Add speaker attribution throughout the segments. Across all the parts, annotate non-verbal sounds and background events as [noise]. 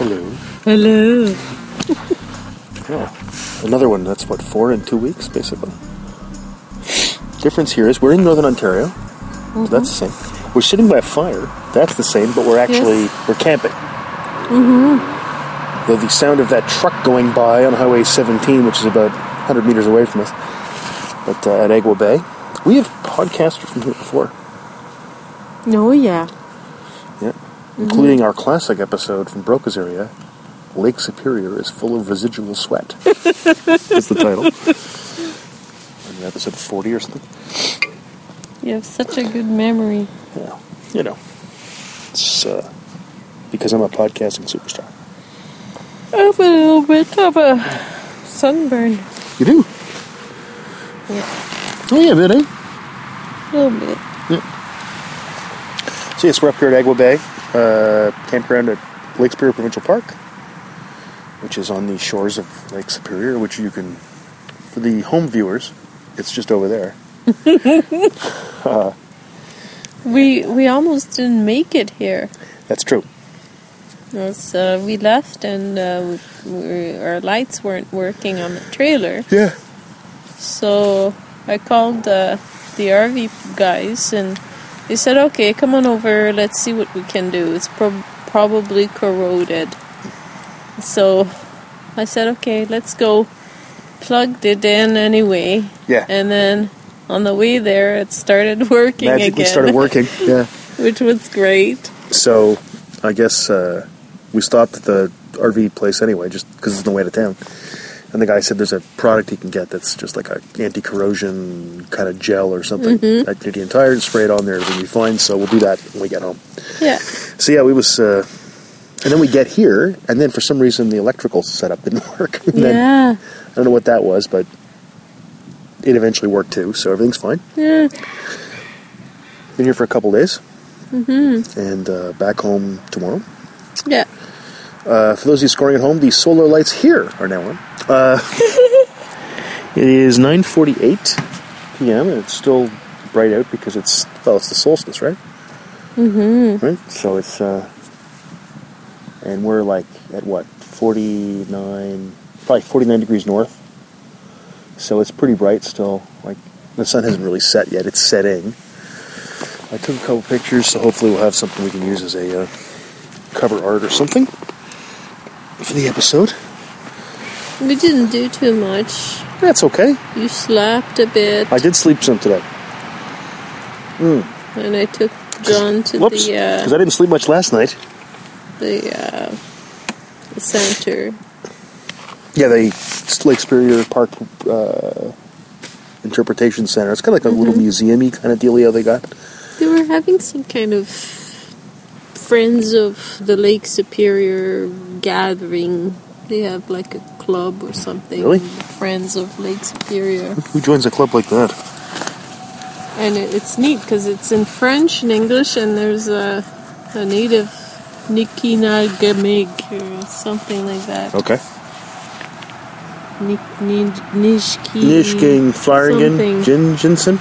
Speaker 1: Hello.
Speaker 2: Hello.
Speaker 1: Oh, another one. That's what four in two weeks, basically. Difference here is we're in northern Ontario. So that's the same. We're sitting by a fire. That's the same, but we're actually we're camping. Mm-hmm. Though the sound of that truck going by on Highway 17, which is about 100 meters away from us, but uh, at Agua Bay, we have podcasted from here before.
Speaker 2: No, yeah.
Speaker 1: Yeah. Including our classic episode from Broca's area, Lake Superior is full of residual sweat. That's the title. And episode 40 or something.
Speaker 2: You have such a good memory.
Speaker 1: Yeah. You know, it's uh, because I'm a podcasting superstar.
Speaker 2: I have a little bit of a sunburn.
Speaker 1: You do?
Speaker 2: Yeah,
Speaker 1: Oh, yeah, bit, eh?
Speaker 2: a little bit.
Speaker 1: So, yes, we're up here at Agua Bay, uh, campground at Lake Superior Provincial Park, which is on the shores of Lake Superior, which you can, for the home viewers, it's just over there.
Speaker 2: We we almost didn't make it here.
Speaker 1: That's true.
Speaker 2: As, uh, we left and uh, we, we, our lights weren't working on the trailer,
Speaker 1: Yeah.
Speaker 2: so I called uh, the RV guys and they said, "Okay, come on over. Let's see what we can do. It's prob probably corroded." So I said, "Okay, let's go." Plugged it in anyway.
Speaker 1: Yeah.
Speaker 2: And then on the way there, it started [laughs] working
Speaker 1: Magically
Speaker 2: again,
Speaker 1: started
Speaker 2: [laughs]
Speaker 1: working. Yeah.
Speaker 2: which was great.
Speaker 1: So, I guess uh, we stopped at the RV place anyway, just because it's in the way to town. And the guy said there's a product he can get that's just like a anti-corrosion kind of gel or something
Speaker 2: Mm-hmm.
Speaker 1: at Canadian Tire and spray it on there, it'll be fine. So we'll do that when we get home.
Speaker 2: Yeah.
Speaker 1: So yeah, we was, uh, and then we get here, and then for some reason the electrical setup didn't [laughs] work. And then,
Speaker 2: Yeah.
Speaker 1: I don't know what that was, but it eventually worked too. So everything's fine.
Speaker 2: Yeah.
Speaker 1: Been here for a couple days, mm-hmm. and uh, back home tomorrow.
Speaker 2: Yeah.
Speaker 1: Uh, for those of you scoring at home, the solar lights here are now on. Uh, [laughs] it is 9.48 p.m. and it's still bright out because it's, well, it's the solstice, right? Mm-hmm. Right? So it's, uh, and we're like at what, 49, probably 49 degrees north. So it's pretty bright still. Like, the sun hasn't really set yet. It's setting. I took a couple pictures, so hopefully we'll have something we can use as a uh, cover art or something for the episode.
Speaker 2: We didn't do too much.
Speaker 1: That's okay.
Speaker 2: You slept a bit,
Speaker 1: I did sleep some today.
Speaker 2: and I took John to
Speaker 1: Whoops.
Speaker 2: the
Speaker 1: Because
Speaker 2: uh,
Speaker 1: I didn't sleep much last night.
Speaker 2: the uh, the center.
Speaker 1: Yeah, the Lake Superior Park uh, Interpretation Center. It's kind of like a
Speaker 2: Mm-hmm.
Speaker 1: little museum-y kind of dealio they got.
Speaker 2: They were having some kind of friends of the Lake Superior gathering. They have like a club or something.
Speaker 1: Really?
Speaker 2: Friends of Lake Superior.
Speaker 1: Who joins a club like that?
Speaker 2: and it, it's neat because it's in French and English, and there's a, a native Nikinagamig or something like that.
Speaker 1: Okay.
Speaker 2: Ni- ni- Nishki.
Speaker 1: Nishking, Flaringen,
Speaker 2: something.
Speaker 1: Jin Jinsen,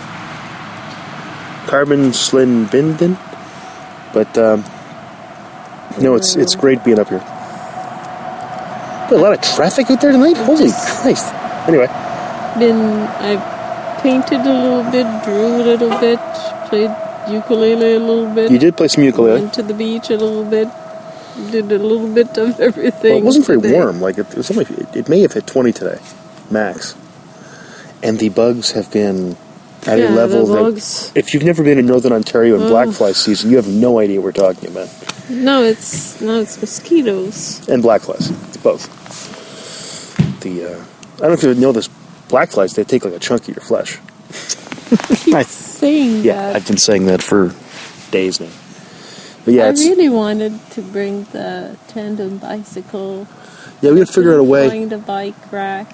Speaker 1: Carbon Slinbinden. But um, no, it's it's
Speaker 2: Oh.
Speaker 1: great being up here. There a lot of traffic out there tonight. Holy Christ! Anyway,
Speaker 2: Been I painted a little bit, drew a little bit, played ukulele a little bit.
Speaker 1: you did play some ukulele.
Speaker 2: Went to the beach a little bit. Did a little bit of [laughs] everything.
Speaker 1: Well, it wasn't very
Speaker 2: today.
Speaker 1: warm. Like it, it was only it, it may have hit twenty today, max. And the bugs have been at
Speaker 2: Yeah,
Speaker 1: a level
Speaker 2: the
Speaker 1: that
Speaker 2: bugs.
Speaker 1: if you've never been in northern Ontario in
Speaker 2: Ugh.
Speaker 1: blackfly season, you have no idea what we're talking about.
Speaker 2: No, it's no, it's mosquitoes.
Speaker 1: And blackflies, it's both. The uh, I don't know if you know this, blackflies they take like a chunk of your
Speaker 2: [laughs]
Speaker 1: flesh.
Speaker 2: Keep
Speaker 1: I- [laughs]
Speaker 2: saying
Speaker 1: Yeah,
Speaker 2: that.
Speaker 1: I've been saying that for days now. But yeah,
Speaker 2: I
Speaker 1: it's,
Speaker 2: really wanted to bring the tandem bicycle.
Speaker 1: yeah, we gotta figure out a way.
Speaker 2: Find a bike rack,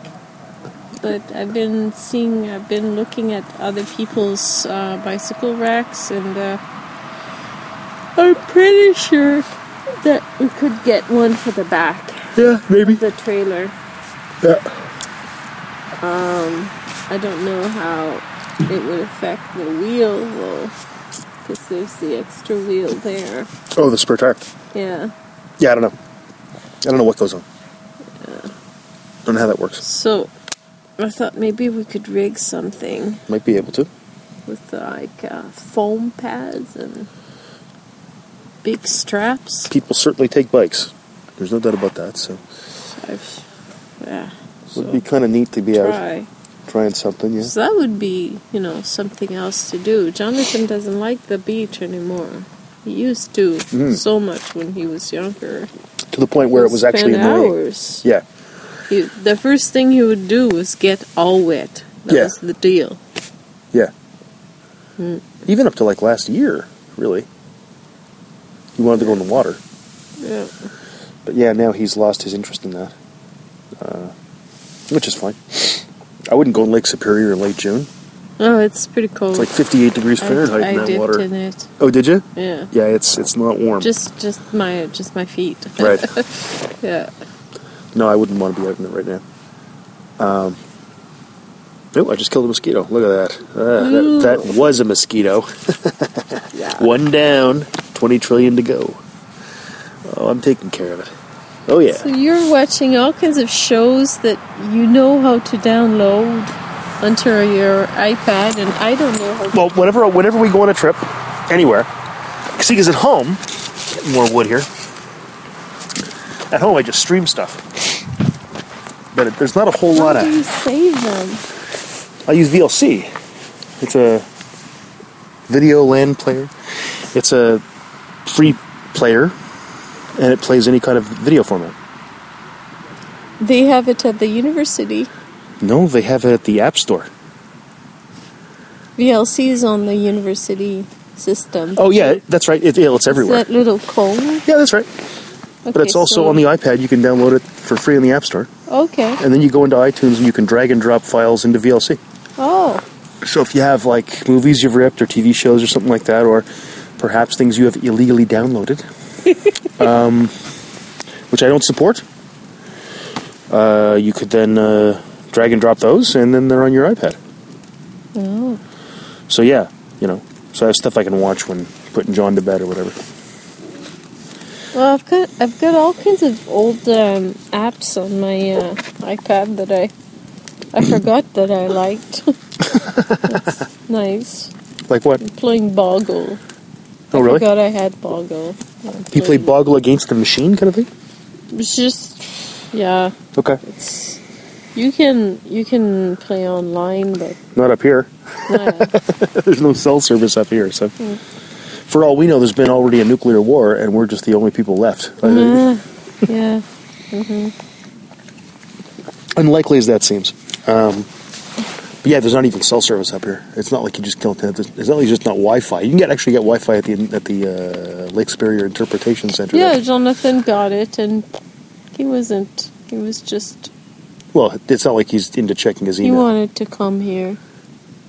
Speaker 2: but I've been seeing, I've been looking at other people's uh, bicycle racks, and uh, I'm pretty sure that we could get one for the back,
Speaker 1: Yeah, maybe.
Speaker 2: the trailer.
Speaker 1: Yeah.
Speaker 2: I don't know how it would affect the wheel though. because there's the extra wheel there.
Speaker 1: Oh, the spare tire.
Speaker 2: Yeah.
Speaker 1: Yeah, I don't know. I don't know what goes on. Don't know how that works.
Speaker 2: So I thought maybe we could rig something
Speaker 1: Might be able to.
Speaker 2: with like uh, foam pads and big straps.
Speaker 1: People certainly take bikes. There's no doubt about that. So
Speaker 2: I've, yeah.
Speaker 1: it would
Speaker 2: So
Speaker 1: be kind of neat to be out
Speaker 2: try.
Speaker 1: trying something. Yeah.
Speaker 2: So that would be, you know, something else to do. Jonathan doesn't like the beach anymore. He used to so much when he was younger.
Speaker 1: To the point Mm. where it was actually
Speaker 2: Spend
Speaker 1: annoying.
Speaker 2: hours.
Speaker 1: Yeah.
Speaker 2: He, the first thing he would do was get all wet. That
Speaker 1: Yeah.
Speaker 2: was the deal.
Speaker 1: Yeah.
Speaker 2: Hmm.
Speaker 1: Even up to like last year, really. He wanted to go in the water.
Speaker 2: Yeah.
Speaker 1: But yeah, now he's lost his interest in that. Uh, which is fine. I wouldn't go in Lake Superior in late June.
Speaker 2: Oh, it's pretty cold.
Speaker 1: It's like 58 degrees
Speaker 2: I-
Speaker 1: Fahrenheit
Speaker 2: I,
Speaker 1: in that
Speaker 2: dipped
Speaker 1: water.
Speaker 2: in it.
Speaker 1: Oh, did you?
Speaker 2: Yeah.
Speaker 1: Yeah, it's it's not warm.
Speaker 2: Just, just my, just my feet. [laughs]
Speaker 1: right.
Speaker 2: Yeah.
Speaker 1: No, I wouldn't want to be out in it right now. Um, oh, I just killed a mosquito. Look at that. Ah, that, that was a mosquito.
Speaker 2: Yeah.
Speaker 1: One down, 20 trillion to go. Oh, I'm taking care of it. Oh, yeah.
Speaker 2: So you're watching all kinds of shows that you know how to download onto your iPad, and I don't know how. to
Speaker 1: well, whenever whenever we go on a trip, anywhere, see, because at home, getting more wood here. At home, I just stream stuff, but it, there's not a whole lot
Speaker 2: How do you
Speaker 1: of.
Speaker 2: save them?
Speaker 1: I use VLC. It's a video LAN player. It's a free player, and it plays any kind of video format.
Speaker 2: They have it at the university.
Speaker 1: No, they have it at the App Store.
Speaker 2: VLC is on the university system.
Speaker 1: Oh yeah, that's right. It, it's everywhere.
Speaker 2: That little cone.
Speaker 1: yeah, that's right. But
Speaker 2: Okay,
Speaker 1: it's also
Speaker 2: so-
Speaker 1: on the iPad. You can download it for free in the App Store.
Speaker 2: Okay.
Speaker 1: and then you go into iTunes and you can drag and drop files into VLC.
Speaker 2: Oh,
Speaker 1: So if you have like movies you've ripped or TV shows or something like that, or perhaps things you have illegally downloaded, um, which I don't support, uh, you could then uh, drag and drop those, and then they're on your iPad.
Speaker 2: Oh.
Speaker 1: So yeah, you know, so I have stuff I can watch when putting John to bed or whatever.
Speaker 2: well, I've got I've got all kinds of old um, apps on my uh, iPad that I I forgot that I liked. [laughs] That's nice.
Speaker 1: Like what?
Speaker 2: Playing Boggle.
Speaker 1: Oh
Speaker 2: I
Speaker 1: really?
Speaker 2: forgot I had Boggle.
Speaker 1: You play Boggle against the machine, kind of thing.
Speaker 2: It's just yeah.
Speaker 1: Okay,
Speaker 2: It's you can you can play online, but
Speaker 1: not up here. [laughs]
Speaker 2: yeah,
Speaker 1: There's no cell service up here, so for all we know, there's been already a nuclear war, and we're just the only people left. I mean,
Speaker 2: Uh, yeah.
Speaker 1: Unlikely as that seems. Um, but yeah, there's not even cell service up here. It's not like you just don't. Have, it's not like you just not Wi-Fi. You can get actually get Wi-Fi at the at the uh, Lake Superior Interpretation Center.
Speaker 2: Yeah, Jonathan got it, and he wasn't. He was just.
Speaker 1: Well, it's not like he's into checking his
Speaker 2: He
Speaker 1: email.
Speaker 2: wanted to come here.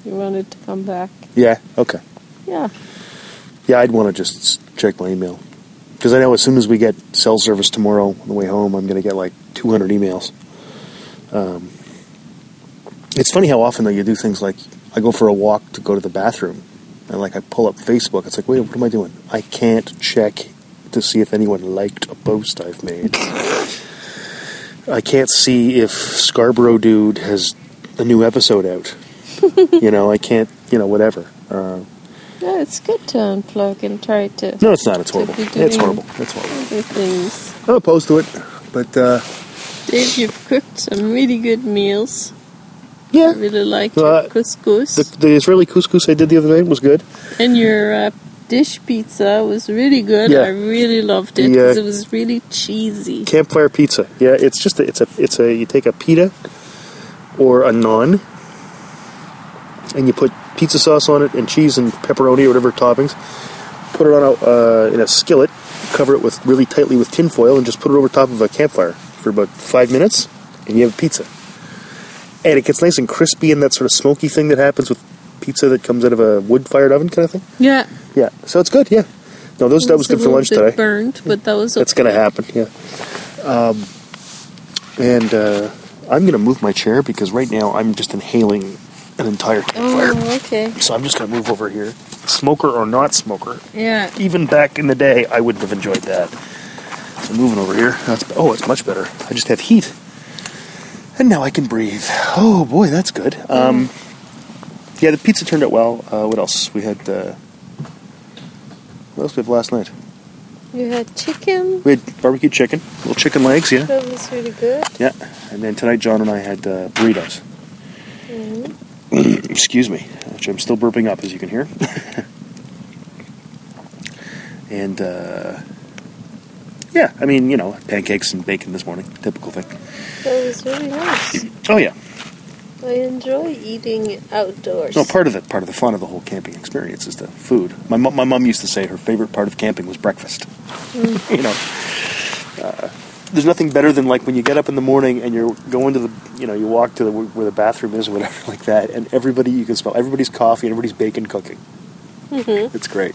Speaker 2: He wanted to come back.
Speaker 1: yeah. Okay.
Speaker 2: Yeah.
Speaker 1: Yeah, I'd want to just s- check my email because I know as soon as we get cell service tomorrow on the way home, I'm going to get like 200 emails. Um, it's funny how often though you do things like I go for a walk to go to the bathroom, and like I pull up Facebook. It's like, wait, what am I doing? I can't check to see if anyone liked a post I've made. I can't see if Scarborough Dude has a new episode out. you know, I can't. You know, whatever. Uh,
Speaker 2: Yeah, it's good to unplug and try to
Speaker 1: no, it's not. It's horrible.
Speaker 2: Did you do
Speaker 1: It's
Speaker 2: the-
Speaker 1: horrible. It's horrible.
Speaker 2: other things.
Speaker 1: I'm opposed to it, but uh,
Speaker 2: Dave, you've cooked some really good meals. I
Speaker 1: yeah.
Speaker 2: really like
Speaker 1: Uh,
Speaker 2: your couscous,
Speaker 1: The, the Israeli couscous I did the other day was good.
Speaker 2: and your uh, dish pizza was really good.
Speaker 1: Yeah.
Speaker 2: I really loved it
Speaker 1: The, uh,
Speaker 2: because it was really cheesy.
Speaker 1: Campfire pizza. Yeah, it's just a, it's a it's a you take a pita or a naan and you put pizza sauce on it and cheese and pepperoni or whatever toppings. Put it on a uh, in a skillet, cover it with really tightly with tin foil, and just put it over top of a campfire for about five minutes, and you have pizza. And it gets nice and crispy and that sort of smoky thing that happens with pizza that comes out of a wood-fired oven kind of thing.
Speaker 2: Yeah,
Speaker 1: Yeah, so it's good. Yeah, no, those that was
Speaker 2: a
Speaker 1: good for
Speaker 2: little
Speaker 1: lunch
Speaker 2: bit
Speaker 1: today.
Speaker 2: Burned, but that was
Speaker 1: That's gonna happen. Yeah, um, and uh, I'm gonna move my chair because right now I'm just inhaling an entire campfire.
Speaker 2: Oh, okay.
Speaker 1: So I'm just gonna move over here. smoker or not smoker.
Speaker 2: Yeah.
Speaker 1: Even back in the day, I wouldn't have enjoyed that. So moving over here. That's, oh, it's much better. I just have heat. And now I can breathe. Oh boy, that's good. Um, yeah, the pizza turned out well. Uh, what else? We had. Uh, what else did we have last night?
Speaker 2: You had chicken.
Speaker 1: We had barbecue chicken, little chicken legs, yeah.
Speaker 2: That was really good.
Speaker 1: Yeah, and then tonight John and I had uh, burritos. [clears throat]
Speaker 2: Mm-hmm.
Speaker 1: Excuse me, which I'm still burping up, as you can hear. [laughs] and uh, yeah, I mean, you know, pancakes and bacon this morning, typical thing.
Speaker 2: That was really nice.
Speaker 1: Oh yeah,
Speaker 2: I enjoy eating outdoors.
Speaker 1: no, part of it, part of the fun of the whole camping experience is the food. My mu- my mom used to say her favorite part of camping was breakfast. you know. uh, there's nothing better than like when you get up in the morning and you're going to the, you know, you walk to the where the bathroom is, or whatever, [laughs] like that, and everybody you can smell everybody's coffee and everybody's bacon cooking.
Speaker 2: Mhm.
Speaker 1: It's great.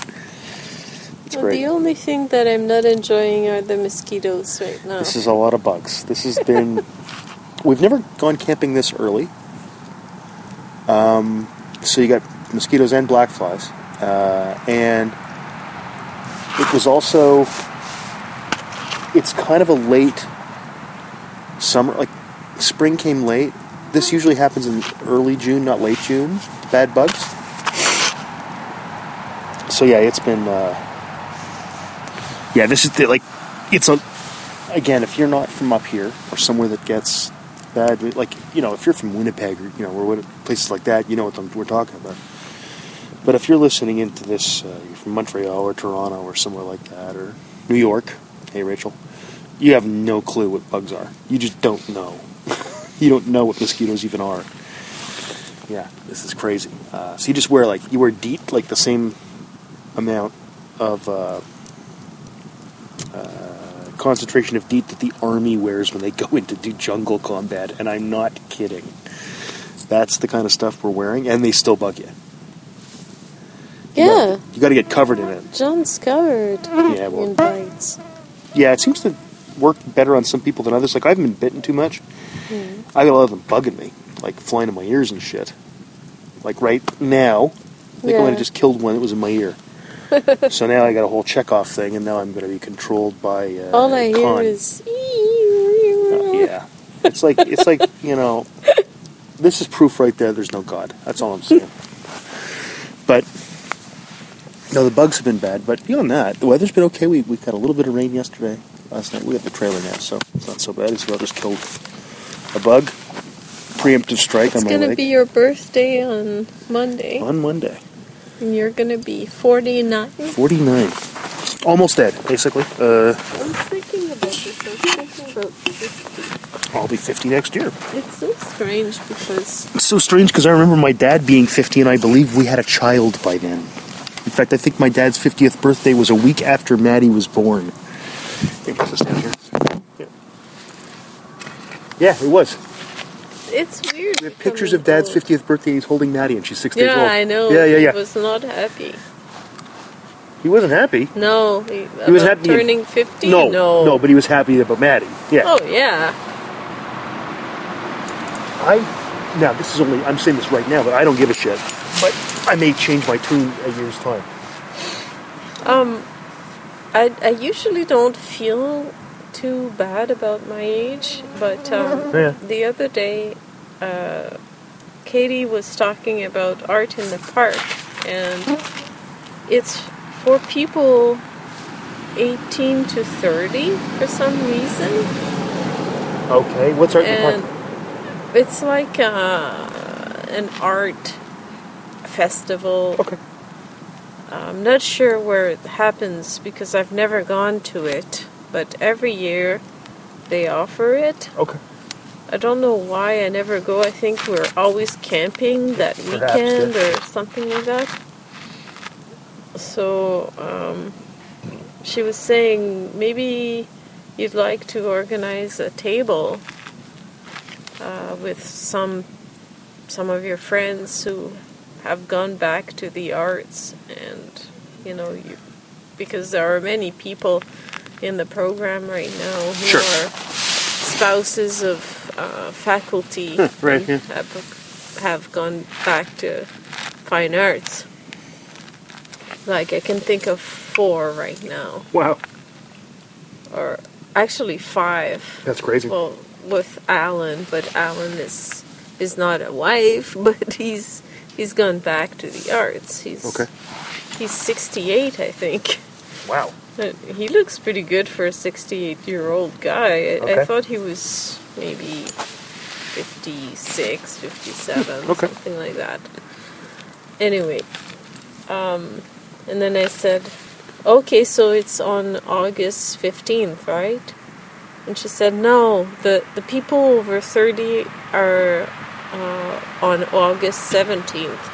Speaker 1: It's
Speaker 2: Well,
Speaker 1: great.
Speaker 2: the only thing that I'm not enjoying are the mosquitoes right now.
Speaker 1: This is a lot of bugs. This has been. [laughs] we've never gone camping this early. Um, so you got mosquitoes and black flies. Uh, and it was also. It's kind of a late summer. Like, spring came late. This usually happens in early June, not late June. Bad bugs. So yeah, it's been. Uh, yeah, this is the, like, it's a again, if you're not from up here or somewhere that gets bad, like you know, if you're from Winnipeg or you know, or what, places like that, you know what I'm- we're talking about. But if you're listening into this, uh, you're from Montreal or Toronto or somewhere like that, or New York. Hey, Rachel, you have no clue what bugs are. You just don't know. [laughs] you don't know what mosquitoes even are. Yeah, this is crazy. Uh, so you just wear like you wear DEET like the same amount of. Uh, uh, concentration of DEET that the army wears when they go in to do jungle combat, and I'm not kidding. That's the kind of stuff we're wearing, and they still bug you. You gotta-
Speaker 2: yeah,
Speaker 1: you got to get covered in it.
Speaker 2: John's covered
Speaker 1: Yeah, well-
Speaker 2: in bites.
Speaker 1: Yeah, it seems to work better on some people than others. Like I haven't been bitten too much.
Speaker 2: Hmm.
Speaker 1: I got a lot of them bugging me, like flying in my ears and shit. Like right now, I think I might
Speaker 2: Yeah.
Speaker 1: have just killed one that was in my
Speaker 2: [laughs]
Speaker 1: ear. so now I got a whole checkoff thing, and now I'm going to be controlled by uh,
Speaker 2: All I hear
Speaker 1: con.
Speaker 2: is.
Speaker 1: Uh, yeah, it's like it's like you know, this is proof right there. There's no God. That's all I'm saying. But no, the bugs have been bad. But beyond that, the weather's been okay. We we got a little bit of rain yesterday, last night. We got the trailer now, so it's not so bad. It's about just killed a bug. Preemptive strike
Speaker 2: It's
Speaker 1: on my
Speaker 2: gonna
Speaker 1: leg
Speaker 2: be your birthday on Monday,
Speaker 1: on Monday.
Speaker 2: and you're gonna be 49.
Speaker 1: Forty nine, almost dead. Basically, uh,
Speaker 2: I'm thinking about this. I'm thinking about this.
Speaker 1: I'll be fifty next year.
Speaker 2: It's so strange because
Speaker 1: It's so strange because I remember my dad being 50, and I believe we had a child by then. In fact, I think my dad's 50th birthday was a week after Maddie was born. Can you put this down here? Yeah. Yeah, it was.
Speaker 2: it's weird.
Speaker 1: We have pictures of dad's 50th birthday. He's holding Maddie, and she's six days
Speaker 2: Yeah,
Speaker 1: old.
Speaker 2: I know.
Speaker 1: Yeah, yeah, yeah.
Speaker 2: He was not happy.
Speaker 1: he wasn't happy.
Speaker 2: No, he,
Speaker 1: He was
Speaker 2: about
Speaker 1: happy in-
Speaker 2: turning 50.
Speaker 1: No,
Speaker 2: no,
Speaker 1: but he was happy about Maddie. Yeah.
Speaker 2: Oh yeah,
Speaker 1: I now this is only I'm saying this right now, but I don't give a shit. But I may change my tune a year's time.
Speaker 2: I I usually don't feel too bad about my age, but um,
Speaker 1: Yeah.
Speaker 2: the other day, uh, Katie was talking about art in the park, and it's for people 18 to 30 for some reason.
Speaker 1: Okay, what's our
Speaker 2: and it's like uh, an art festival.
Speaker 1: Okay.
Speaker 2: I'm not sure where it happens because I've never gone to it, but every year they offer it.
Speaker 1: Okay.
Speaker 2: I don't know why I never go. I think we're always camping that
Speaker 1: Perhaps,
Speaker 2: weekend
Speaker 1: yeah.
Speaker 2: or something like that. So um, she was saying maybe you'd like to organize a table uh, with some some of your friends who have gone back to the arts, and you know you because there are many people in the program right now who
Speaker 1: Sure.
Speaker 2: are spouses of uh, faculty
Speaker 1: Right,
Speaker 2: and
Speaker 1: yeah.
Speaker 2: have, have gone back to fine arts. Like I can think of four right now,
Speaker 1: Wow,
Speaker 2: or actually five.
Speaker 1: that's crazy.
Speaker 2: Well, with Alan, but Alan is is not a wife, [laughs] but he's he's gone back to the arts. He's
Speaker 1: Okay.
Speaker 2: He's 68, I think.
Speaker 1: wow.
Speaker 2: But He looks pretty good for a 68 year old guy. I,
Speaker 1: Okay.
Speaker 2: I thought he was maybe 56,
Speaker 1: [laughs]
Speaker 2: 57,
Speaker 1: Okay.
Speaker 2: something like that. Anyway, um, and then I said, okay, so it's on August 15th, right? And she said, no, the, the people over 30 are uh, on August 17th.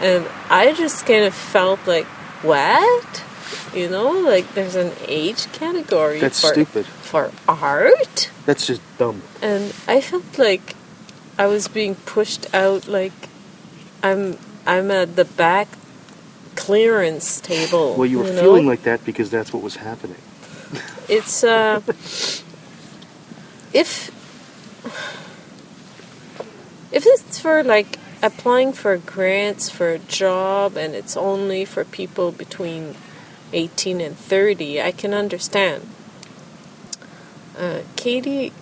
Speaker 2: And I just kind of felt like, what? You know, like there's an age category
Speaker 1: That's
Speaker 2: for,
Speaker 1: stupid.
Speaker 2: for art?
Speaker 1: That's just dumb.
Speaker 2: And I felt like I was being pushed out like I'm I'm at the back clearance table.
Speaker 1: Well, you were
Speaker 2: know?
Speaker 1: feeling like that because that's what was happening.
Speaker 2: it's uh if if it's for like applying for grants for a job and it's only for people between 18 and 30 i can understand uh, katie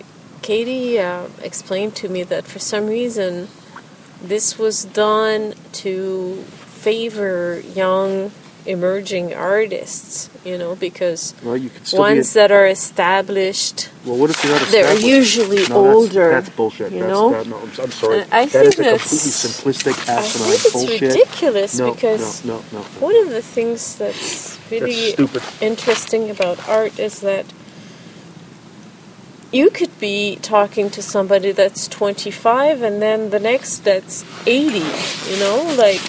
Speaker 2: katie uh, explained to me that for some reason this was done to favor young emerging artists you know because
Speaker 1: Well, you could still
Speaker 2: ones
Speaker 1: be.
Speaker 2: that are established
Speaker 1: A, well, what if you're not
Speaker 2: they're
Speaker 1: established?
Speaker 2: usually
Speaker 1: no, that's-
Speaker 2: older,
Speaker 1: That's, bullshit.
Speaker 2: you
Speaker 1: that's,
Speaker 2: know?
Speaker 1: That, no, I'm, I'm sorry.
Speaker 2: And I
Speaker 1: That is
Speaker 2: think
Speaker 1: a
Speaker 2: that's-
Speaker 1: completely simplistic,
Speaker 2: I
Speaker 1: asinine
Speaker 2: think it's
Speaker 1: bullshit.
Speaker 2: ridiculous
Speaker 1: no,
Speaker 2: because
Speaker 1: no, no, no, no.
Speaker 2: one of the things that's
Speaker 1: That's
Speaker 2: really
Speaker 1: stupid.
Speaker 2: interesting about art is that you could be talking to somebody that's 25 and then the next that's 80 you know like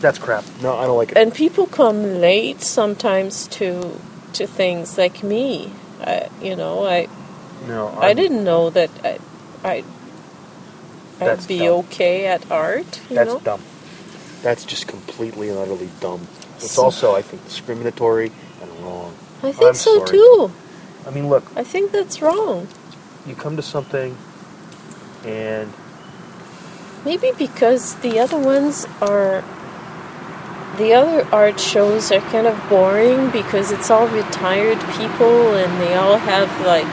Speaker 1: That's crap. No, I don't like it.
Speaker 2: and people come late sometimes to to things like me I, you know i
Speaker 1: no,
Speaker 2: I
Speaker 1: I'm-
Speaker 2: didn't know that I, I,
Speaker 1: That's
Speaker 2: I'd be
Speaker 1: dumb.
Speaker 2: okay at art. You
Speaker 1: That's
Speaker 2: know?
Speaker 1: dumb. That's just completely and utterly dumb. It's
Speaker 2: So-
Speaker 1: also, I think, discriminatory and wrong.
Speaker 2: I think
Speaker 1: I'm
Speaker 2: so
Speaker 1: sorry.
Speaker 2: too.
Speaker 1: I mean, look,
Speaker 2: I think that's wrong.
Speaker 1: you come to something, and
Speaker 2: Maybe because the other ones are. The other art shows are kind of boring because it's all retired people and they all have like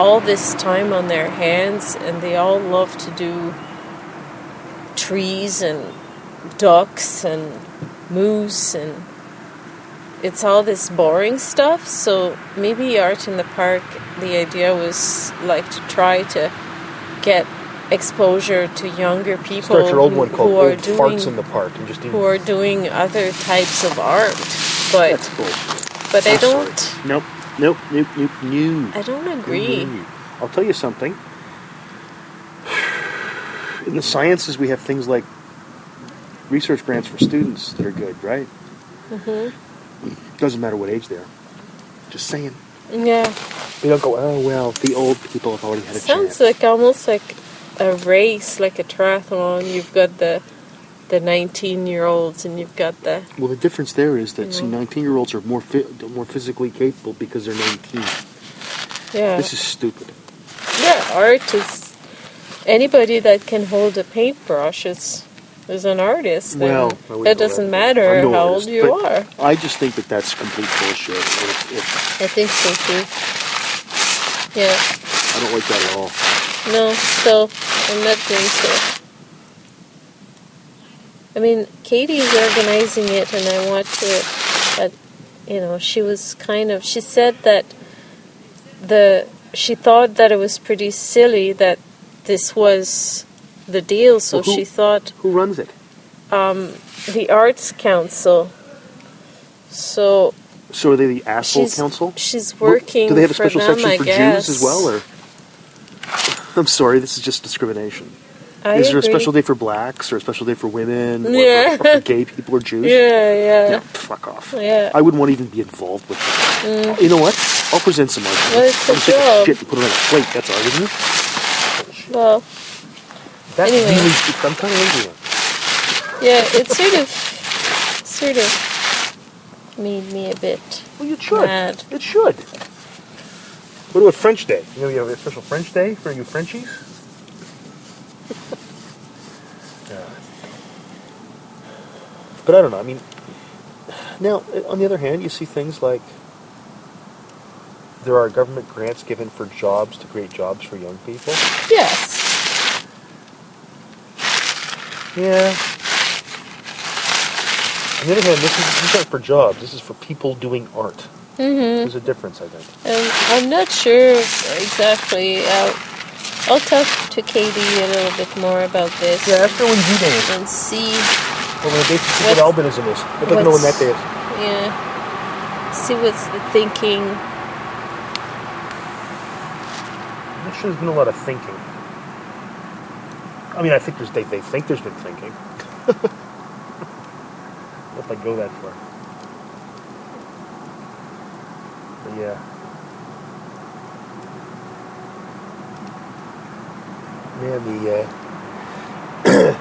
Speaker 2: all this time on their hands and they all love to do trees and ducks and moose and it's all this boring stuff so maybe art in the park the idea was like to try to get exposure to younger people
Speaker 1: start your old
Speaker 2: who,
Speaker 1: one called
Speaker 2: who are
Speaker 1: Old
Speaker 2: doing
Speaker 1: Farts in the Park and just eat.
Speaker 2: who are doing other types of art but
Speaker 1: That's bullshit.
Speaker 2: but I
Speaker 1: I'm sorry.
Speaker 2: don't
Speaker 1: Nope, nope, nope, nope, no.
Speaker 2: I don't agree
Speaker 1: Mm. I'll tell you something. In the sciences, we have things like research grants for students that are good, right?
Speaker 2: Mm-hmm.
Speaker 1: Doesn't matter what age they are. Just saying.
Speaker 2: yeah
Speaker 1: We don't go, oh, well, the old people have already had a
Speaker 2: Sounds
Speaker 1: chance.
Speaker 2: like almost like a race, like a triathlon. You've got the the nineteen year olds, and you've got the
Speaker 1: well, the difference there is that, see,
Speaker 2: Yeah.
Speaker 1: 19 year olds are more, fi- more physically capable because they're 19.
Speaker 2: yeah
Speaker 1: This is stupid.
Speaker 2: yeah art is anybody that can hold a paintbrush is is an artist. and
Speaker 1: Well, I wouldn't
Speaker 2: that
Speaker 1: go that
Speaker 2: doesn't matter
Speaker 1: far. I'm no
Speaker 2: how old
Speaker 1: artist,
Speaker 2: you are.
Speaker 1: but I just think that that's complete bullshit. If, if,
Speaker 2: I think so too. Yeah.
Speaker 1: I don't like that at all.
Speaker 2: No, so I'm not doing so. I mean, Katie is organizing it, and I want to, but you know, she was kind of. She said that the she thought that it was pretty silly that this was the deal, so
Speaker 1: Well, who-
Speaker 2: she thought
Speaker 1: Who runs it?
Speaker 2: the Arts Council. So
Speaker 1: So are they the asshole
Speaker 2: she's
Speaker 1: council?
Speaker 2: she's
Speaker 1: Well,
Speaker 2: working.
Speaker 1: Do they have a
Speaker 2: for
Speaker 1: special
Speaker 2: them,
Speaker 1: section
Speaker 2: I
Speaker 1: for
Speaker 2: guess.
Speaker 1: Jews as well? Or [laughs] I'm sorry, this is just discrimination.
Speaker 2: I
Speaker 1: is there a
Speaker 2: agree.
Speaker 1: special day for blacks or a special day for women or for-
Speaker 2: Yeah.
Speaker 1: or for, gay people or Jews?
Speaker 2: Yeah, yeah.
Speaker 1: No, fuck off.
Speaker 2: Yeah.
Speaker 1: I wouldn't want to even be involved with that. You know what? I'll present some argument.
Speaker 2: Well, it's
Speaker 1: I'll
Speaker 2: a
Speaker 1: just take
Speaker 2: job.
Speaker 1: shit and put it on a plate. That's argument.
Speaker 2: Well.
Speaker 1: That's
Speaker 2: Anyway.
Speaker 1: really stupid. I'm kind of angry. now.
Speaker 2: Yeah, it sort of, sort of made me a bit.
Speaker 1: Well, you should.
Speaker 2: Mad.
Speaker 1: It should. What about French Day? You know, you have a special French Day for you
Speaker 2: [laughs]
Speaker 1: Frenchies? Yeah. But I don't know. I mean, Now, on the other hand, you see things like there are government grants given for jobs to create jobs for young people.
Speaker 2: Yes.
Speaker 1: Yeah. On the other hand, this, is, this aren't for jobs. This is for people doing art.
Speaker 2: Mm-hmm.
Speaker 1: There's a difference, I think.
Speaker 2: Um, I'm not sure exactly. I'll, I'll talk to Katie a little bit more about this
Speaker 1: Yeah, after when you dance.
Speaker 2: and see,
Speaker 1: Well, the basis of what
Speaker 2: What's-
Speaker 1: albinism is. I'd like to know when that
Speaker 2: what's-
Speaker 1: day is.
Speaker 2: yeah, see what's the thinking.
Speaker 1: I'm not sure there's been a lot of thinking. I mean, I think there's, they, they think there's been thinking. [laughs] What if I go that far? But yeah. Man, the, uh,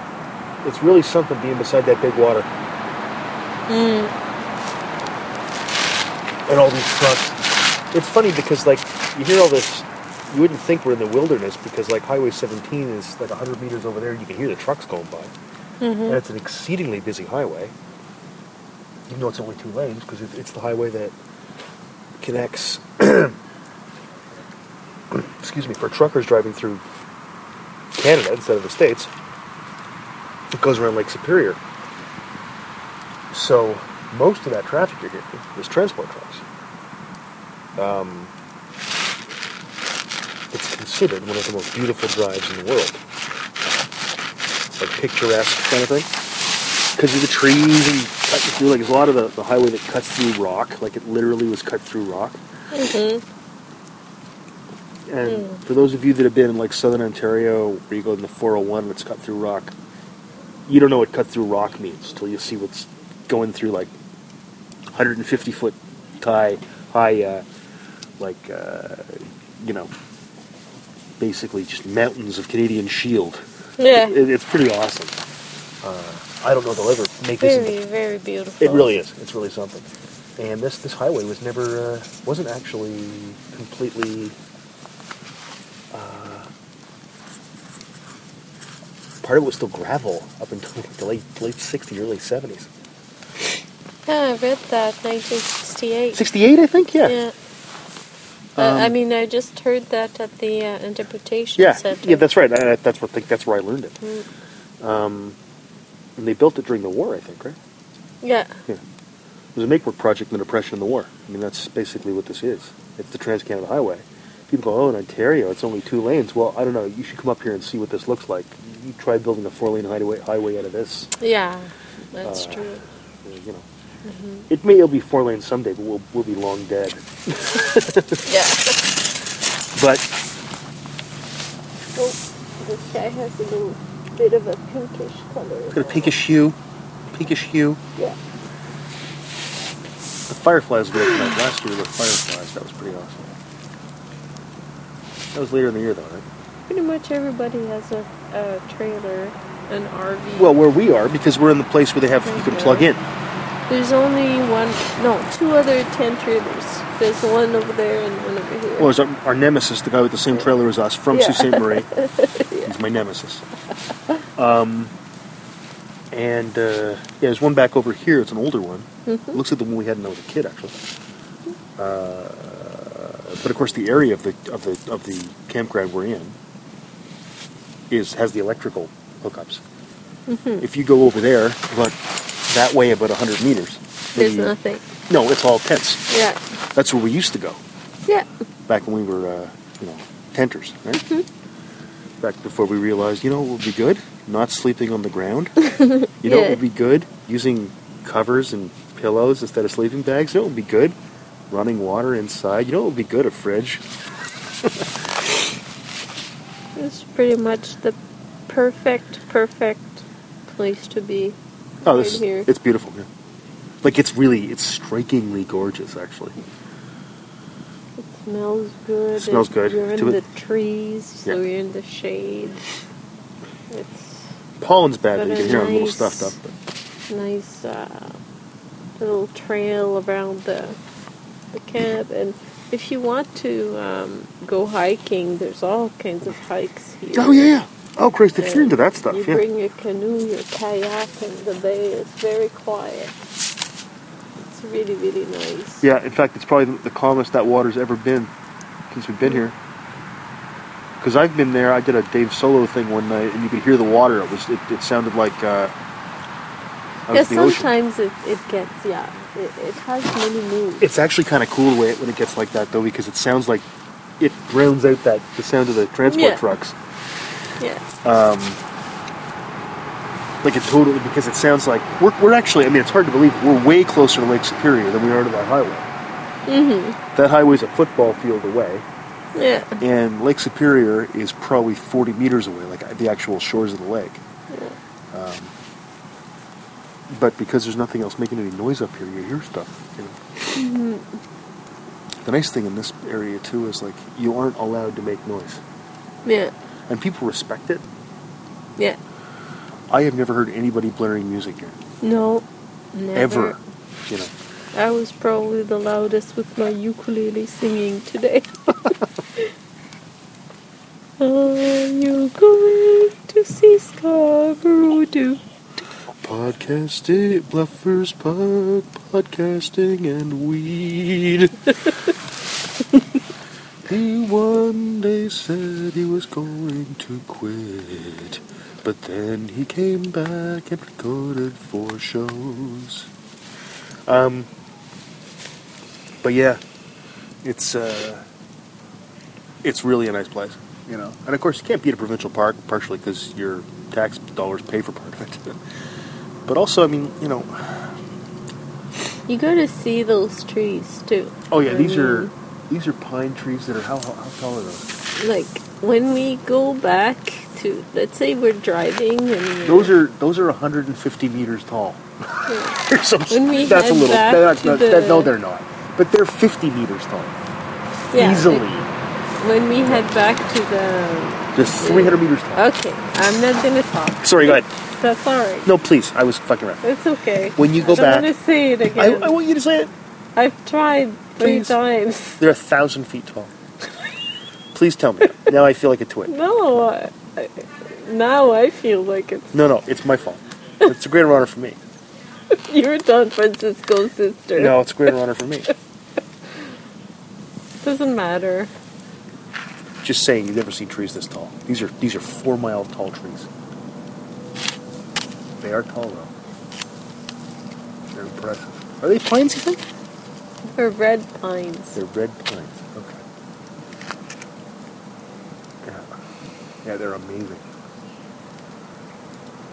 Speaker 1: [coughs] it's really something being beside that big water
Speaker 2: Mm,
Speaker 1: and all these trucks. It's funny because like you hear all this, you wouldn't think we're in the wilderness because like Highway 17 is like 100 meters over there. You can hear the trucks going by, and
Speaker 2: hmm
Speaker 1: it's an exceedingly busy highway. Even though it's only two lanes, because it, it's the highway that connects. [clears throat] excuse me, for truckers driving through Canada instead of the states. It goes around Lake Superior. So most of that traffic you're getting is transport trucks. Um, it's considered one of the most beautiful drives in the world. Like picturesque kind of thing. Because of the trees and cut through, like there's a lot of the, the highway that cuts through rock, like it literally was cut through rock. And
Speaker 2: Mm.
Speaker 1: for those of you that have been in like southern Ontario, where you go in the 401 and it's cut through rock, you don't know what cut through rock means till you see what's going through like 150 foot high, high, uh, like uh, you know, basically just mountains of Canadian shield.
Speaker 2: yeah,
Speaker 1: It, it's pretty awesome. Uh, I don't know they'll ever make this. into-
Speaker 2: very very beautiful.
Speaker 1: it really is. It's really something. And this this highway was never uh, wasn't actually completely uh, part of it was still gravel up until [laughs] like, the late late sixties, early seventies.
Speaker 2: Yeah, Ah, I read that 1968.
Speaker 1: Sixty eight, I think. Yeah.
Speaker 2: Yeah. Uh, I
Speaker 1: Um,
Speaker 2: mean, I just heard that at the uh, interpretation
Speaker 1: Yeah,
Speaker 2: center.
Speaker 1: yeah, that's right. I, I- that's what think that's where I learned it.
Speaker 2: Mm,
Speaker 1: Um, and they built it during the war, I think, right?
Speaker 2: yeah.
Speaker 1: Yeah. It was a make work project in the Depression and the War. I mean, that's basically what this is. It's the Trans Canada Highway. People go, oh, in Ontario, it's only two lanes. Well, I don't know. You should come up here and see what this looks like. You try building a four lane highway, highway out of this.
Speaker 2: Yeah, that's
Speaker 1: Uh, [laughs]
Speaker 2: true.
Speaker 1: uh, You know, it may it'll be four lane someday, but we'll we'll be long dead.
Speaker 2: Yeah.
Speaker 1: But
Speaker 3: Well, Oh, the sky has a little bit of a pinkish color.
Speaker 1: it's got a pinkish hue, pinkish hue.
Speaker 3: Yeah.
Speaker 1: The fireflies were there tonight. Last year there were fireflies. That was pretty awesome. That was later in the year, though, right?
Speaker 2: Pretty much everybody has a, a trailer, an RV.
Speaker 1: Well, where we are, because we're in the place where they have you can plug in.
Speaker 2: there's only one, no, two other tent trailers. There's one over there and one over here.
Speaker 1: Well, it's our, our nemesis, the guy with the same trailer as us from
Speaker 2: Yeah.
Speaker 1: Sault Ste.
Speaker 2: [laughs]
Speaker 1: Marie. He's my nemesis. Um, and uh, yeah, there's one back over here. It's an older one.
Speaker 2: Mm-hmm.
Speaker 1: Looks like the one we had when I was a kid, actually. Uh, but of course, the area of the of the of the campground we're in is has the electrical hookups.
Speaker 2: Mm-hmm. Hmm.
Speaker 1: If you go over there, but that way about hundred meters,
Speaker 2: there's
Speaker 1: the-
Speaker 2: nothing.
Speaker 1: No, it's all tents.
Speaker 2: Yeah.
Speaker 1: That's where we used to go
Speaker 2: Yeah.
Speaker 1: back when we were, uh, you know, tenters, right?
Speaker 2: Mm-hmm.
Speaker 1: Back before we realized, you know, what would be good? Not sleeping on the
Speaker 2: [laughs]
Speaker 1: ground. You know, it
Speaker 2: Yeah.
Speaker 1: would be good using covers and pillows instead of sleeping bags. You know, it would be good running water inside. You know, it would be good a fridge.
Speaker 2: It's pretty much the perfect, perfect place to be.
Speaker 1: Oh, this
Speaker 2: Right
Speaker 1: is
Speaker 2: here.
Speaker 1: it's beautiful. Yeah. Like it's really, it's strikingly gorgeous, actually.
Speaker 2: It smells good. and
Speaker 1: Smells good.
Speaker 2: You're in
Speaker 1: Do
Speaker 2: the
Speaker 1: it.
Speaker 2: trees, so
Speaker 1: Yeah.
Speaker 2: you're in the shade. It's
Speaker 1: Pollen's bad, but
Speaker 2: Got
Speaker 1: you
Speaker 2: a
Speaker 1: can hear I'm a little
Speaker 2: nice-
Speaker 1: stuffed up. But
Speaker 2: nice uh, little trail around the the camp, and if you want to um, go hiking, there's all kinds of hikes here.
Speaker 1: Oh yeah, yeah. Oh Christ, if you're
Speaker 2: And
Speaker 1: into that stuff,
Speaker 2: you
Speaker 1: yeah.
Speaker 2: bring your canoe, your kayak, and the bay is very quiet. really, really nice.
Speaker 1: Yeah, in fact, it's probably the calmest that water's ever been since we've been here. Because I've been there, I did a Dave Solo thing one night, and you could hear the water. It was it, it sounded like uh, I
Speaker 2: Yeah,
Speaker 1: was in the ocean.
Speaker 2: sometimes it, it gets, yeah, it, it has many moods.
Speaker 1: It's actually kind of cool the way it, when it gets like that, though, because it sounds like it drowns out that the sound of the transport
Speaker 2: Yeah.
Speaker 1: trucks.
Speaker 2: yeah.
Speaker 1: Like it totally because it sounds like we're, we're actually. I mean, it's hard to believe we're way closer to Lake Superior than we are to that highway. Mm-hmm. That highway's a football field away,
Speaker 2: yeah.
Speaker 1: and Lake Superior is probably 40 meters away, like the actual shores of the lake. Um, but because there's nothing else making any noise up here, you hear stuff. You know? The nice thing in this area too is like you aren't allowed to make noise,
Speaker 2: Yeah.
Speaker 1: and people respect it.
Speaker 2: Yeah.
Speaker 1: I have never heard anybody blaring music here,
Speaker 2: No. Never.
Speaker 1: ever. You know,
Speaker 2: I was probably the loudest with my ukulele singing today. [laughs] Are you going to see Scarborough Doo?
Speaker 1: podcasting bluffers, pod, podcasting and weed. he one day said he was going to quit, but then he came back and recorded four shows. Um, but yeah, it's uh, it's really a nice place, you know. And of course, you can't beat a provincial park, partially because your tax dollars pay for part of it. [laughs] but also, I mean, you know,
Speaker 2: You gotta see those trees too.
Speaker 1: oh yeah,
Speaker 2: I
Speaker 1: these are
Speaker 2: mean,
Speaker 1: these are pine trees that are how how, how tall are those?
Speaker 2: like when we go back to let's say we're driving and we're-
Speaker 1: Those are those are 150 meters tall. [laughs] Or some-
Speaker 2: When we
Speaker 1: that's a
Speaker 2: head
Speaker 1: little.
Speaker 2: back
Speaker 1: they're not-
Speaker 2: to
Speaker 1: that- no,
Speaker 2: the-
Speaker 1: they're not. But they're 50 meters tall,
Speaker 2: yeah,
Speaker 1: easily.
Speaker 2: like, when we head back to the
Speaker 1: They're 300 meters tall.
Speaker 2: okay, I'm not gonna talk.
Speaker 1: Sorry, go ahead.
Speaker 2: That's alright.
Speaker 1: No, please. I was fucking around.
Speaker 2: It's okay.
Speaker 1: When you go
Speaker 2: I don't
Speaker 1: back-
Speaker 2: want to say it
Speaker 1: I,
Speaker 2: again.
Speaker 1: I want you to say it.
Speaker 2: I've tried three
Speaker 1: Please.
Speaker 2: times.
Speaker 1: They're a thousand feet tall. Please tell me. Now I feel like a twit.
Speaker 2: No, I, I- now I feel like it's
Speaker 1: No, no, it's my fault. It's a greater honor for me.
Speaker 2: you're Don Francisco's sister.
Speaker 1: No, it's a greater honor for me.
Speaker 2: doesn't matter.
Speaker 1: Just saying, you've never seen trees this tall. These are these are four mile tall trees. They are tall though. They're impressive. Are they pines? You think?
Speaker 2: Or red pines.
Speaker 1: They're red pines. Okay. Yeah. Yeah, they're amazing.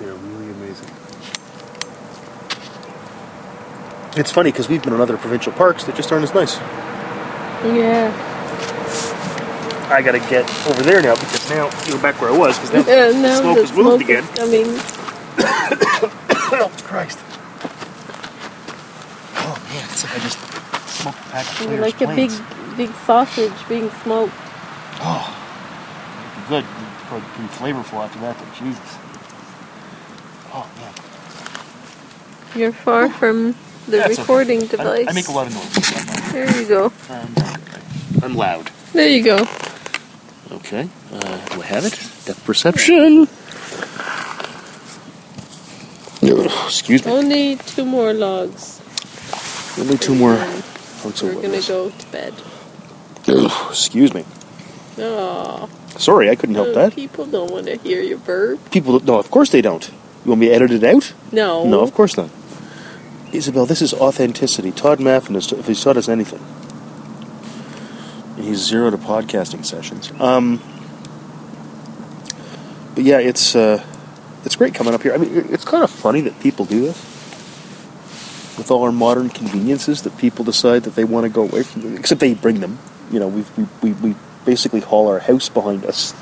Speaker 1: They're really amazing. It's funny because we've been in other provincial parks that just aren't as nice.
Speaker 2: Yeah.
Speaker 1: I gotta get over there now because now you know back where I was because
Speaker 2: And
Speaker 1: now
Speaker 2: now
Speaker 1: smoke
Speaker 2: the
Speaker 1: has
Speaker 2: smoke
Speaker 1: moved
Speaker 2: is
Speaker 1: again.
Speaker 2: coming.
Speaker 1: Oh Christ! Oh man, it's like I just smoked a pack of
Speaker 2: You're
Speaker 1: players'
Speaker 2: like a big,
Speaker 1: planes.
Speaker 2: big sausage being smoked.
Speaker 1: Oh, good. Probably pretty flavorful after that. But Jesus. Oh man.
Speaker 2: You're far from the
Speaker 1: That's okay.
Speaker 2: recording
Speaker 1: I-
Speaker 2: device.
Speaker 1: I, make a lot of noise.
Speaker 2: There you go.
Speaker 1: Um, I'm loud.
Speaker 2: There you go.
Speaker 1: Okay. Uh, do I have it? Depth perception. Excuse me.
Speaker 4: Only two more logs.
Speaker 1: Only two more.
Speaker 4: and We're gonna go to bed.
Speaker 1: Excuse me.
Speaker 4: Oh,
Speaker 1: Sorry, I couldn't
Speaker 2: Uh,
Speaker 1: help that.
Speaker 4: people don't want to hear your burp.
Speaker 1: People, no, of course they don't. You want me to edit it out?
Speaker 4: No.
Speaker 1: No, of course not. Isabel, this is authenticity. Todd Maffin, is, if he's taught us anything, he's zero to podcasting sessions. Um, but yeah, it's uh, it's great coming up here. I mean, it- it's kind of funny that people do this with all our modern conveniences. That people decide that they want to go away from, them, except they bring them. You know, we've, we we we basically haul our house behind us.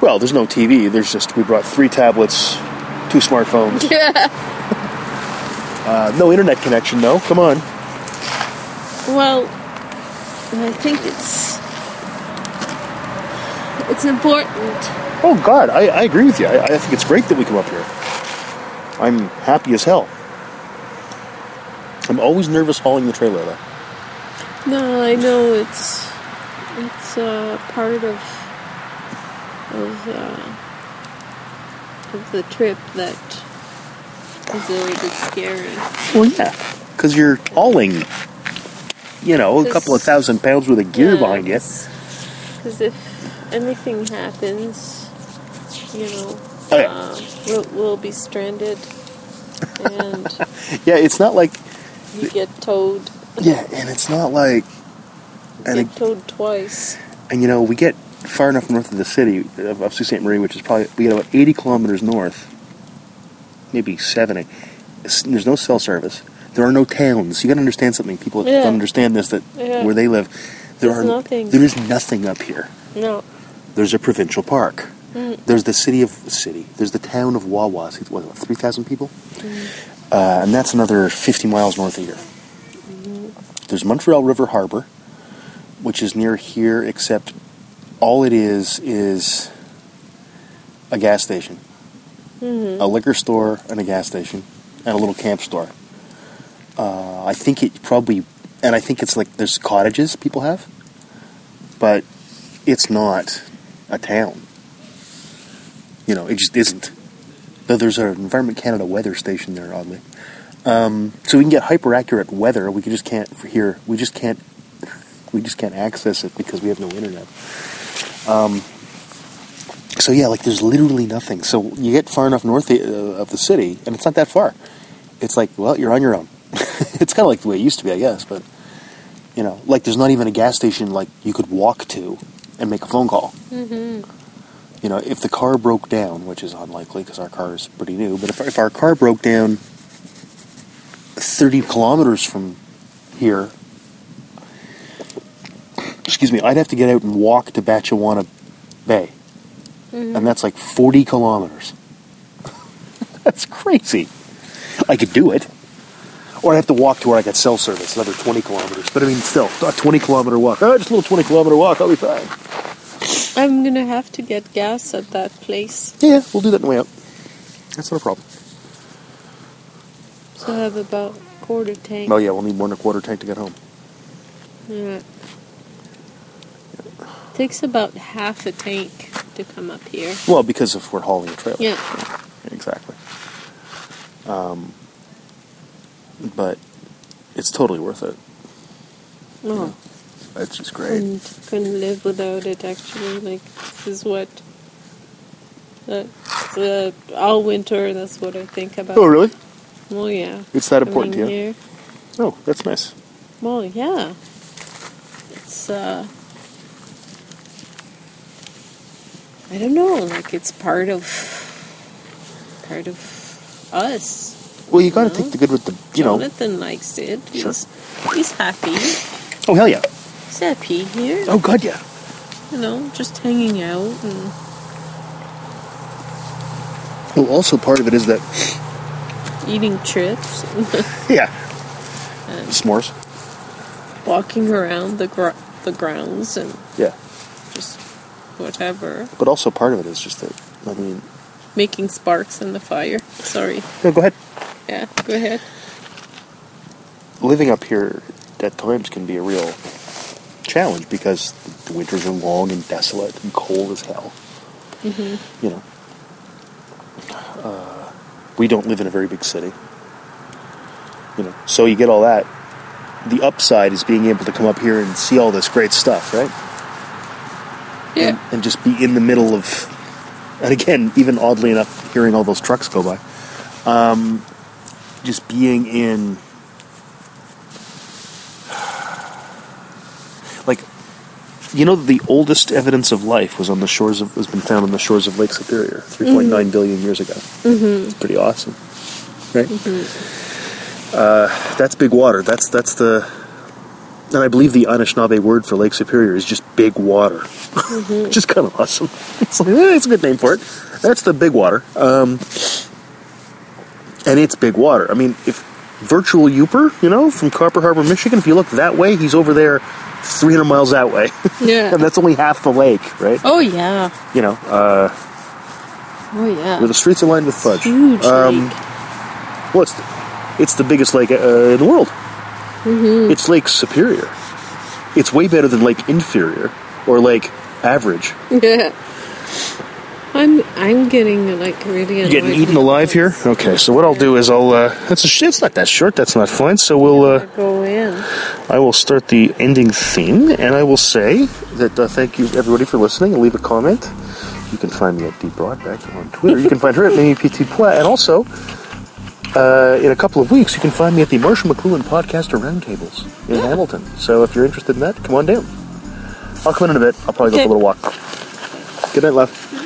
Speaker 1: Well, there's no TV. There's just we brought three tablets, two [laughs] smartphones.
Speaker 4: Yeah.
Speaker 1: Uh, no internet connection though. Come on.
Speaker 4: Well, I think it's it's important.
Speaker 1: Oh God, I, I agree with you. I, I think it's great that we come up here. I'm happy as hell. I'm always nervous hauling the trailer though.
Speaker 4: No, I know it's it's uh, part of of uh, of the trip that
Speaker 2: It's a little bit scary.
Speaker 1: Well, yeah, because you're hauling, you know, a
Speaker 3: This-
Speaker 1: couple of thousand pounds with a
Speaker 2: Um,
Speaker 1: gear behind you.
Speaker 3: Because if anything happens, you know,
Speaker 1: Oh, yeah.
Speaker 3: uh, we'll, we'll be stranded and
Speaker 1: Yeah, it's not like
Speaker 3: you get towed.
Speaker 1: yeah, and it's not like
Speaker 3: You
Speaker 1: and
Speaker 3: get towed twice.
Speaker 1: and you know we get far enough north of the city of, of Sault Ste. Marie, which is probably we get about eighty kilometers north, maybe seventy. It's- There's no cell service. There are no towns. You got to understand something. People
Speaker 3: Yeah.
Speaker 1: don't understand this. That
Speaker 3: Yeah.
Speaker 1: where they live, there are
Speaker 3: There's nothing.
Speaker 1: there is nothing up here.
Speaker 3: No.
Speaker 1: There's a provincial park. There's the city of city. There's the town of Wawa. It's what, what three thousand people, uh, and that's another fifty miles north of here. There's Montreal River Harbor, which is near here, except all it is is a gas station, a liquor store, and a gas station, and a little camp store. Uh, I think it probably, and I think it's like there's cottages people have, but it's not a town. You know, it just isn't. Though there's an Environment Canada weather station there, oddly. Um, so we can get hyper accurate weather. We can- just can't for here. We just can't. We just can't access it because we have no internet. Um, so yeah, like there's literally nothing. So you get far enough north uh, of the city, and it's not that far. It's like, well, you're on your own. [laughs] it's kind of like the way it used to be, I guess. But you know, like there's not even a gas station like you could walk to and make a phone call. You know, if the car broke down, which is unlikely because our car is pretty new, but if, if our car broke down 30 kilometers from here, excuse me, I'd have to get out and walk to Batchewana Bay. And that's like 40 kilometers. [laughs] that's crazy. I could do it. Or I'd have to walk to where I got cell service, another 20 kilometers. But I mean, still, a 20 kilometer walk. Oh, just a little 20 kilometer walk, I'll be fine.
Speaker 2: I'm gonna have to get gas at that place.
Speaker 1: Yeah, yeah, we'll do that on the way up. That's not a problem.
Speaker 2: So I have about quarter tank.
Speaker 1: Oh, yeah, we'll need more than a quarter tank to get home.
Speaker 2: Yeah. Takes about half a tank to come up here.
Speaker 1: Well, because if we're hauling a trailer.
Speaker 2: Yeah.
Speaker 1: Exactly. Um, but it's totally worth it. Oh.
Speaker 2: No.
Speaker 1: It's just
Speaker 2: Couldn't, couldn't live without it actually. Like this is what uh, the all winter that's what I think about.
Speaker 1: Oh, really?
Speaker 2: Well yeah.
Speaker 1: It's that important to you?
Speaker 2: Coming here.
Speaker 1: Oh, that's nice.
Speaker 2: Well yeah. It's uh I don't know, like it's part of part of us.
Speaker 1: Well, you got to
Speaker 2: No.
Speaker 1: take the good with the, you know.
Speaker 2: Jonathan likes it.
Speaker 1: Sure.
Speaker 2: He's, he's happy. He's
Speaker 1: Oh, hell yeah.
Speaker 2: happy here.
Speaker 1: Oh, God, yeah.
Speaker 2: You know, just hanging out and
Speaker 1: Well, also part of it is that,
Speaker 2: eating chips and
Speaker 1: [laughs] yeah. Uh, S'mores.
Speaker 2: walking around the gr- the grounds and
Speaker 1: Yeah.
Speaker 2: just whatever,
Speaker 1: But also part of it is just that, I mean.
Speaker 2: making sparks in the fire. Sorry.
Speaker 1: No, go ahead.
Speaker 2: Yeah, go ahead.
Speaker 1: living up here at times can be a real challenge because the winters are long and desolate and cold as hell. You know, uh, we don't live in a very big city. You know, so you get all that. The upside is being able to come up here and see all this great stuff, right?
Speaker 2: Yeah.
Speaker 1: and just be in the middle of, and again, even oddly enough, hearing all those trucks go by, um, just being in, like, you know, the oldest evidence of life was on the shores of has been found on the shores of Lake Superior, three point nine billion years ago. Mm-hmm. It's pretty awesome, right? Uh, that's big water. That's that's the. And I believe the Anishinaabe word for Lake Superior is just big water [laughs] which is kind of awesome. It's like, eh, it's a good name for it. That's the big water. Um, and it's big water. I mean, if virtual Uper, you know, from Copper Harbor, Michigan, if you look that way, he's over there 300 miles that way. [laughs]
Speaker 2: Yeah.
Speaker 1: and that's only half the lake, right?
Speaker 2: Oh yeah.
Speaker 1: You know, uh,
Speaker 2: Oh yeah.
Speaker 1: where the streets are lined with fudge.
Speaker 2: Huge
Speaker 1: Um,
Speaker 2: lake.
Speaker 1: Well, it's the, it's the biggest lake uh, in the world. It's Lake Superior. It's way better than Lake Inferior or Lake Average.
Speaker 2: Yeah. [laughs] I'm I'm getting like really
Speaker 1: You
Speaker 2: annoyed.
Speaker 1: getting eaten
Speaker 2: with
Speaker 1: alive here?
Speaker 2: this.
Speaker 1: Okay, so what I'll do is I'll. Uh, that's a sh- it's not that short. That's not fine. So we'll. Uh,
Speaker 2: Go in.
Speaker 1: I will start the ending theme, and I will say that uh, thank you everybody for listening. Leave a comment. You can find me at D Broadback on Twitter. You can find her at Mimi PT Pla, and also uh, in a couple of weeks you can find me at the Marshall McLuhan Podcaster Roundtables in Hamilton. So if you're interested in that, come on down. I'll come in in a bit. I'll probably go for a
Speaker 2: Okay.
Speaker 1: little walk. Good night, love.